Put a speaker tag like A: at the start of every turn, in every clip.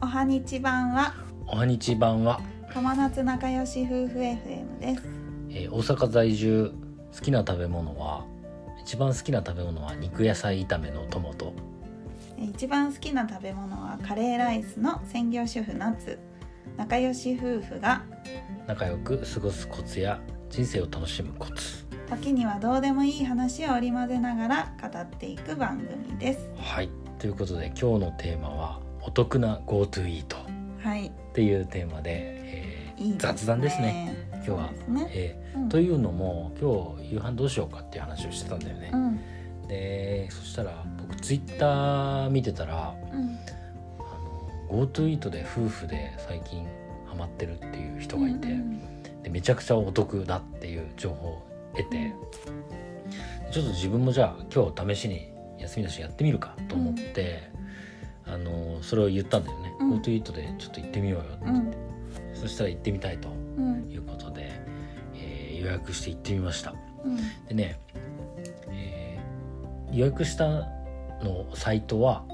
A: はにち版は
B: おはにち版は、
A: 友達仲良し夫婦 FM です
B: えー大阪在住好きな食べ物は一番好きな食べ物は肉野菜炒めの友と
A: えー一番好きな食べ物はカレーライスの専業主婦夏仲良し夫婦が
B: 仲良く過ごすコツや人生を楽しむコツ
A: 時にはどうでもいい話を織り交ぜながら語っていく番組です
B: はいということで今日のテーマは「お得な GoTo イート」っ
A: はい
B: ていうテーマで、えー
A: いいですね
B: 雑談ですね今日は
A: そうですね
B: え
A: うん
B: ーというのも今日夕飯どうしようかっていう話をしてたんだよね
A: う。ん
B: でそしたら僕ツイッター見てたら
A: うん
B: あの GoTo イートで夫婦で最近ハマってるっていう人がいて、
A: うん
B: でめちゃくちゃお得だっていう情報を得てちょっと自分もじゃあ今日試しに休みだしやってみるかと思って、あのそれを言ったんだよね、
A: うん
B: GoTo イートでちょっと行ってみようよって、
A: うん
B: そしたら行ってみたいと
A: うん
B: いうことで、えー予約して行ってみました
A: うん
B: でね、えー予約したのサイトは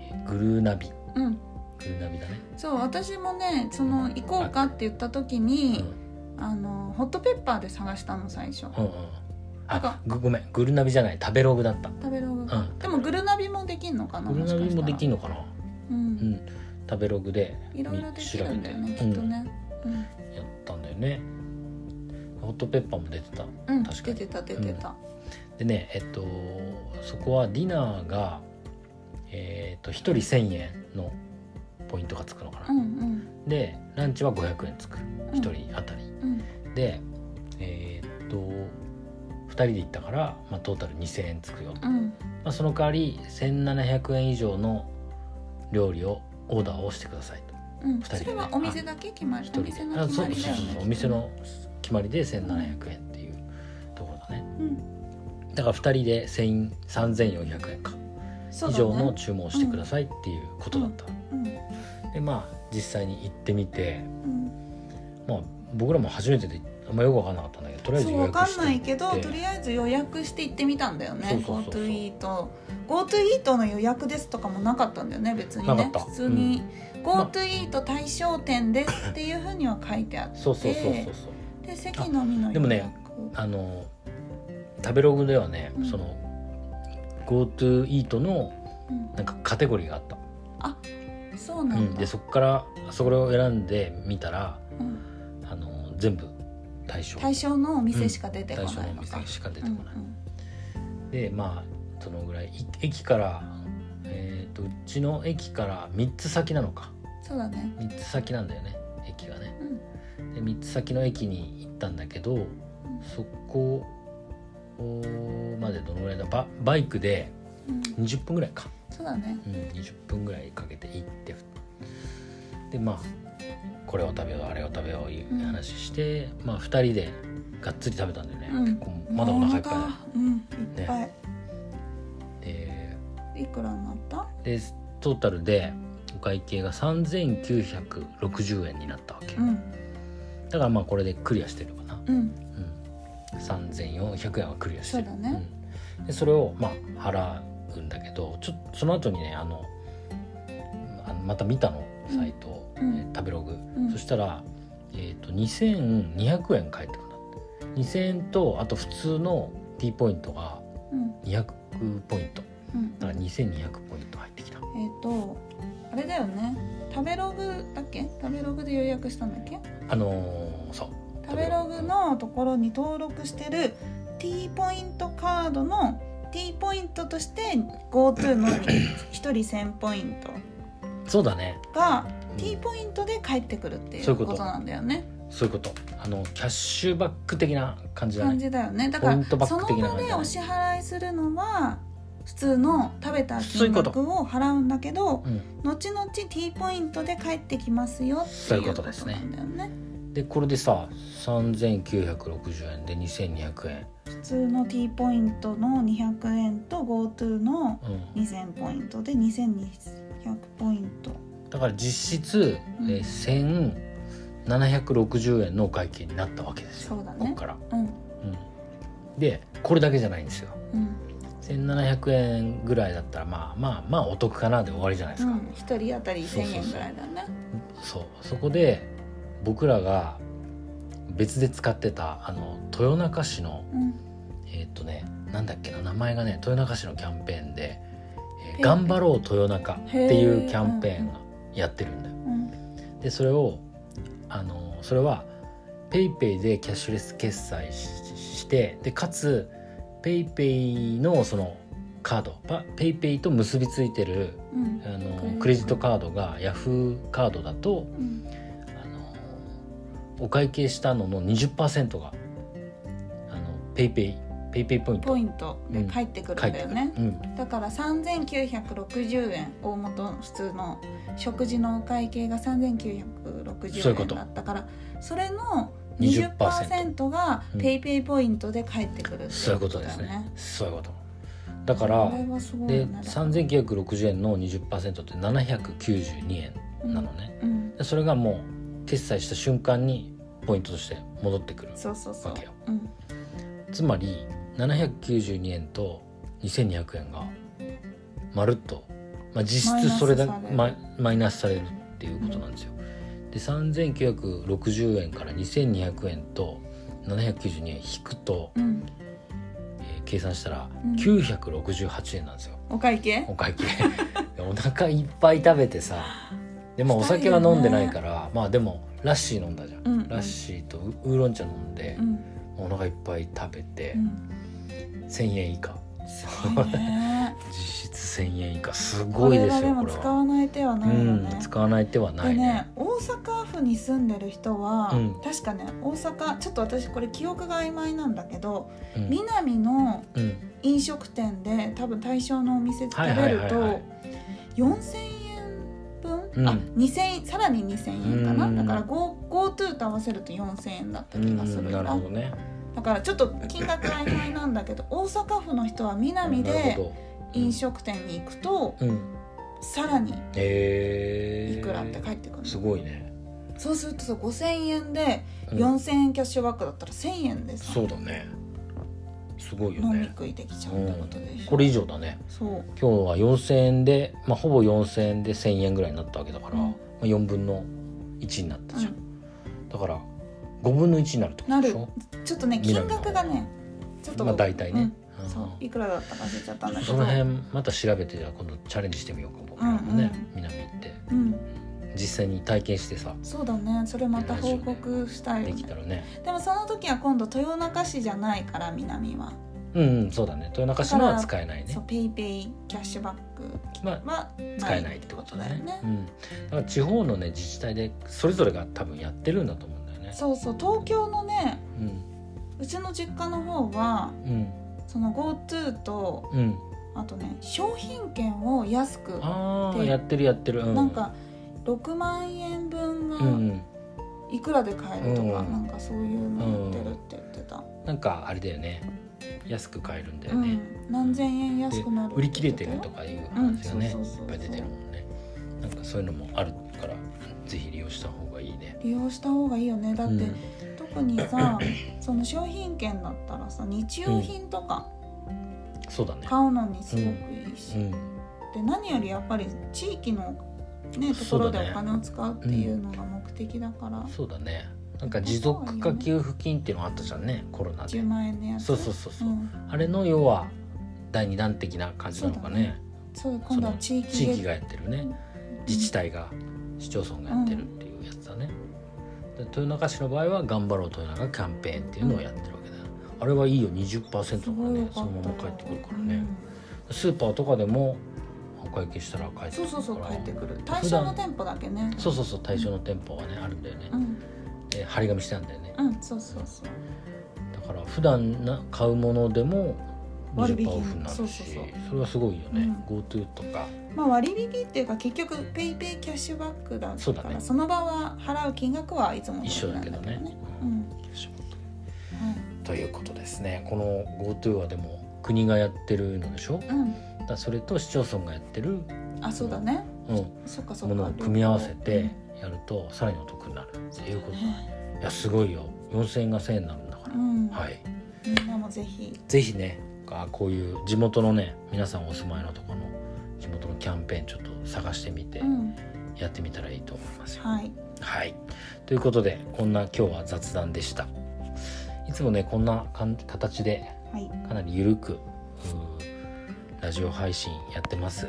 B: えーグルーナビ
A: うん
B: グルーナビだね、
A: そう私もねその行こうかって言った時に、あのホットペッパーで探したの最初、
B: うん、うんうん
A: なんか
B: あごごめんグルナビじゃない食べログだった
A: 食べログ、
B: うん
A: でもグルナビもできんのかな
B: グルナビもでき
A: ん
B: ん
A: の
B: のかな
A: う
B: うんん食べログで
A: いろいろできるんだよねきっとねうん、
B: うんやったんだよねホットペッパーも出てた
A: うん
B: 確か
A: 出
B: に
A: てた出てた、
B: でねえっとそこはディナーがえっと1人1,000円のポイントがつくのか
A: う
B: な、
A: ん、うん
B: でランチは500円つく
A: うん
B: 1人当たり、
A: うん
B: でえーっと2人で行ったから、まあ、トータル2,000円つくよと、ま
A: うん
B: あ、その代わり1,700円以上の料理をオーダーをしてくださいと
A: うん
B: 二人でね
A: それはお店だけ決まり
B: 一
A: お
B: 人で
A: 店
B: あ
A: の決
B: そう
A: まりだよ
B: そうそう
A: ね
B: そうお店の決まりで1,700円っていうところだね
A: うん
B: だから2人で1000 3400円か
A: そう
B: 以
A: だね
B: 上の注文をしてくださいっていうことだった、
A: うん
B: でまあ実際に行ってみて、
A: うん
B: まあ、僕らも初めてであんまよく分からなかったんだけどとりあえ
A: そ
B: ず
A: う
B: 予
A: わ
B: 約
A: か
B: し
A: ん
B: て
A: ないけど
B: 行って
A: とりあえず予約して行ってみたんだよね
B: そうそうそうそう
A: GoTo イート GoTo イートの予約ですとかもなかったんだよね別に
B: なかっ
A: ね
B: た
A: 普通に GoTo イート対象店ですっていうふうには書いてあって
B: そうそうそうそうそう
A: で席のみの予約
B: でもねあの食べログではね、
A: うん
B: その GoTo イートの
A: うん
B: なんかカテゴリーがあった、
A: そう
B: う
A: なんんだ
B: でそこからそれを選んでみたら
A: うん
B: あの全部対象
A: 対象のお店しか出てこ
B: 対象
A: な
B: の
A: いのか
B: 店しか出て
A: う
B: こ
A: ん
B: ない、でまあそのぐらいい駅からえっ、とうちの駅から3つ先なのか
A: うんそうだね
B: 3つ先なんだよね駅がね
A: うん
B: で3つ先の駅に行ったんだけどそこまでどのぐらいだババイクで
A: うん
B: 20分ぐらいか、
A: そうだね
B: うん、20分ぐらいかけて行ってでまあこれを食べようあれを食べよういう話して、まあ2人でがっつり食べたんだよね、
A: うん
B: 結構まだお腹いっぱい
A: もうお
B: だ
A: 腹うんいっぱい
B: で
A: いくらになった
B: でトータルでお会計が3960円になったわけ、
A: うん
B: だからまあこれでクリアしてるのかな、
A: うん
B: うん、3400円はクリアしてる
A: そうだね、
B: うんでそれをまあ払うんだけどちょその後にねあのあのまた見たの
A: うん
B: サイト、
A: うん
B: えー食べログ、
A: うん
B: そしたら、えー、と2200円返ってくるんだって2000円とあと普通の T ポイントが
A: うん
B: 200ポイント
A: うん
B: だから2200ポイント入ってきた
A: えっ、とあれだよね食べログだっけ食べログで予約したんだっけ
B: あのーそう
A: 食べログのところに登録してる T ポイントカードの T ポイントとして GoTo の1人1000ポイント
B: そうだね
A: が
B: うん
A: T ポイントで返ってくるってい
B: そう
A: う
B: いう
A: こ
B: こ
A: ととなんだよね
B: そういうことあのキャッシュバック的な感じだ
A: 感
B: ね
A: じだよねだ
B: ポ
A: か
B: イントバ
A: らそ
B: ック
A: の
B: 的な
A: 場
B: 感じだね
A: でお支払いするのは普通の食べた金額を払うんだけど
B: うん、
A: 後々 T ポイントで返ってきますよって
B: そう
A: い
B: いうう
A: こ
B: ことと
A: な
B: ですね
A: んだよね
B: でこれでさ3960円で2200円、
A: 普通の T ポイントの200円と GoTo の
B: う
A: 2000ポイントで2200ポイント
B: ん、だから実質、
A: うん
B: えー1760円のお会計になったわけですよ
A: そうだ
B: ここ
A: ね
B: から、
A: うん
B: うん、でこれだけじゃないんですよ
A: うん
B: 1700円ぐらいだったらまあまあまあお得かなで終わりじゃないで
A: う
B: すか、
A: ん、一人当たり1000円ぐらいだね
B: そうそこで僕らが別で使ってたあの豊中市の
A: うん
B: えーっとねなんだっけな名前がね豊中市のキャンペーンで「え
A: ペン
B: ー頑張ろう豊中」っていうキャンペーンがやってるんだよ。
A: うん
B: でそれをあのそれは PayPay でキャッシュレス決済ししてでかつ PayPay のそのカード PayPay と結びついてる
A: うん
B: あのクレジットカードが Yahoo カードだと
A: うん
B: あのお会計したのの20%があの PayPay ペイペイポイント
A: ポイントで返ってくるんだよね、
B: うん、
A: だから3960円大元普通の食事のお会計が
B: そういうこ
A: 3960円
B: と
A: だったからそれの
B: 20%
A: 20%が
B: うん
A: ペイペイポイントで返ってくるって
B: そういうことで
A: だ
B: す
A: よ
B: ねそういうことだから
A: これはすごい
B: で
A: ね
B: 3960円の20%って792円なのね、
A: うん、
B: でそれがもう決済した瞬間にポイントとして戻ってくる
A: そうそうそう
B: わけよ
A: うん、
B: つまり792円と2200円がまるっと、まあ、実質それだ
A: マ
B: マイマイナスされるっていうことなんですよ。で3960円から2200円と792円引くと、
A: うん、
B: えー計算したら
A: うん
B: 968円なんですよ、
A: お会計
B: お会計 お腹いっぱい食べてさでもお酒は飲んでないから、まあでもラッシー飲んだじゃ
A: う
B: ん、
A: んうん
B: ラッシーとウウーロン茶飲んで
A: う、ん
B: お腹いっぱい食べて。
A: うん
B: 1000円以下
A: はいね
B: 実質1000円以下すごいですよ
A: こ
B: こ
A: れはで
B: れ
A: も使
B: は
A: わない手は
B: う
A: ないよね
B: ん、使わない手はな
A: で
B: いね
A: ね大阪府に住んでる人は、
B: うん
A: 確かね大阪ちょっと私これ記憶が曖昧なんだけど、
B: うん
A: 南の
B: うん
A: 飲食店で多分対象のお店食べ
B: はいはい
A: る
B: はい
A: と、
B: はい
A: 4,000円分、あ
B: うん
A: 2,000円さらに2,000円かな、
B: うん
A: だから Go- GoTo と合わせると4,000円だった
B: う
A: 気がする
B: んなるほどね
A: だからちょっと金額曖昧なんだけど大阪府の人は
B: な
A: 南
B: る
A: で
B: ほど
A: 飲食店に行くと、
B: うん
A: さらに
B: へえ
A: いくらって返ってくるの
B: すごいね
A: そうするとさ5,000円で
B: うん
A: 4000円キャッシュバックだったら1000円です
B: そうだねすごいよ
A: 飲み
B: ね
A: 食いできちゃうってことでしょ、
B: これ以上だね
A: そう
B: 今日は4000円で、まあ、ほぼ4000円で1000円ぐらいになったわけだから、
A: うん
B: まあ、4分の1になったじゃん、だから5分の1になるってことでしょ
A: なちょっとね金額がねちょっと、
B: まあ大体ね、
A: うん
B: ん
A: そういくらだったか忘れちゃったんだけど
B: その辺また調べてじゃあ今度チャレンジしてみようか僕らもね、
A: うん
B: 南行って
A: うん
B: 実際に体験してさ
A: そうだねそれまた報告したい
B: で
A: よ
B: きた
A: ね
B: らね
A: でもその時は今度豊中市じゃないから南は、
B: うんうんそうだね豊中市のは使えないね
A: そうペイペイキャッシュバック
B: まあ
A: は
B: 使えないってことだよね
A: ないってことだよね
B: うん、だから地方のね自治体でそれぞれが多分やってるんだと思うんだよね
A: そうそう東京のね
B: うん
A: うちの実家の方は
B: うん
A: その GoTo と
B: うん
A: あとね商品券を安く
B: ああ
A: で
B: やってるやってる、う
A: なんか6万円分
B: うんう
A: が
B: ん
A: いくらで買えるとか、
B: うん
A: なんかそういうの売ってるって言ってた、
B: なんかあれだよね安く買えるんだよ
A: うん
B: ね、
A: 何千円安くなる
B: 売り切れてると
A: か
B: かいう話がね、
A: うんそうそうそうそう
B: いっぱい出てるもんねなんかそういうのもあるからぜひ利用した方がいいね
A: 利用した方がいいよねだって、
B: うん
A: 特に さその商品券だったらさ日用品とか
B: そうだね
A: 買うのにすごくいいし、
B: うん
A: で何よりやっぱり地域のねところでお金を使うっていうのが目的だから
B: そうだねなんか持続化給付金っていうのがあったじゃんねコロナで
A: 10万円のやつ
B: そうそうそうそう、
A: うん
B: あれの要は第二弾的な感じなのかね
A: そう
B: そ
A: 今度
B: の
A: は地域
B: 地域
A: が
B: がやってるね自治体が市町村がやってるっていうやつだね、で豊中市の場合は「頑張ろう豊中キャンペーン」っていうのをやってるわけだ、あれはいいよ20%と
A: す
B: か
A: ごいよ
B: ね
A: かった
B: そのまま帰ってくるからね、スーパーとかでもお会計したら帰っ
A: そ
B: て
A: う
B: くる
A: そうそう
B: から
A: 帰ってくる対象の店舗だけね
B: そうそうそう対象の店舗はねあるんだよね、
A: うん
B: で張り紙してあるんだよね
A: うんそうそうそう
B: だから普段な買うものでも
A: 割引
B: 20%オフになるし
A: そうそうそう
B: れはすごいよね、
A: う
B: GoTo とか
A: まあ割引っていうか結局ペイペイキャッシュバックだからそ
B: そ
A: う
B: だね
A: の場は払う金額はいつも通
B: 一緒
A: りな
B: だ
A: ん
B: けどね
A: うん
B: ということですねこの GoTo はでも国がやってるのでしょだか
A: はい
B: らそれと市町村がやってる、
A: うんあそうだね
B: うん、
A: そっかそっか
B: ものを組み合わせてやるとさらにお得になるっていうことだ
A: ね
B: いやすごいよ4000円が1000円になるんだか
A: う
B: ら、
A: ん
B: はい
A: みんなもぜひ
B: ぜひねかこういう地元のね皆さんお住まいのところの地元のキャンペーンちょっと探してみて
A: うん、
B: やってみたらいいと思いますよ。
A: はい、
B: はい、ということでこんな今日は雑談でした。いつもねこんなかん形で
A: はい、
B: かなりゆるくうーラジオ配信やってます。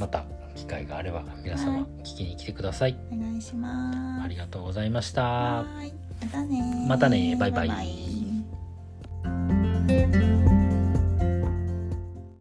B: また機会があれば皆
A: は
B: 様
A: い
B: 聞きに来てください。
A: お願いします。
B: ありがとうございました。
A: はーいまたねー。
B: またねバイバイ
A: イ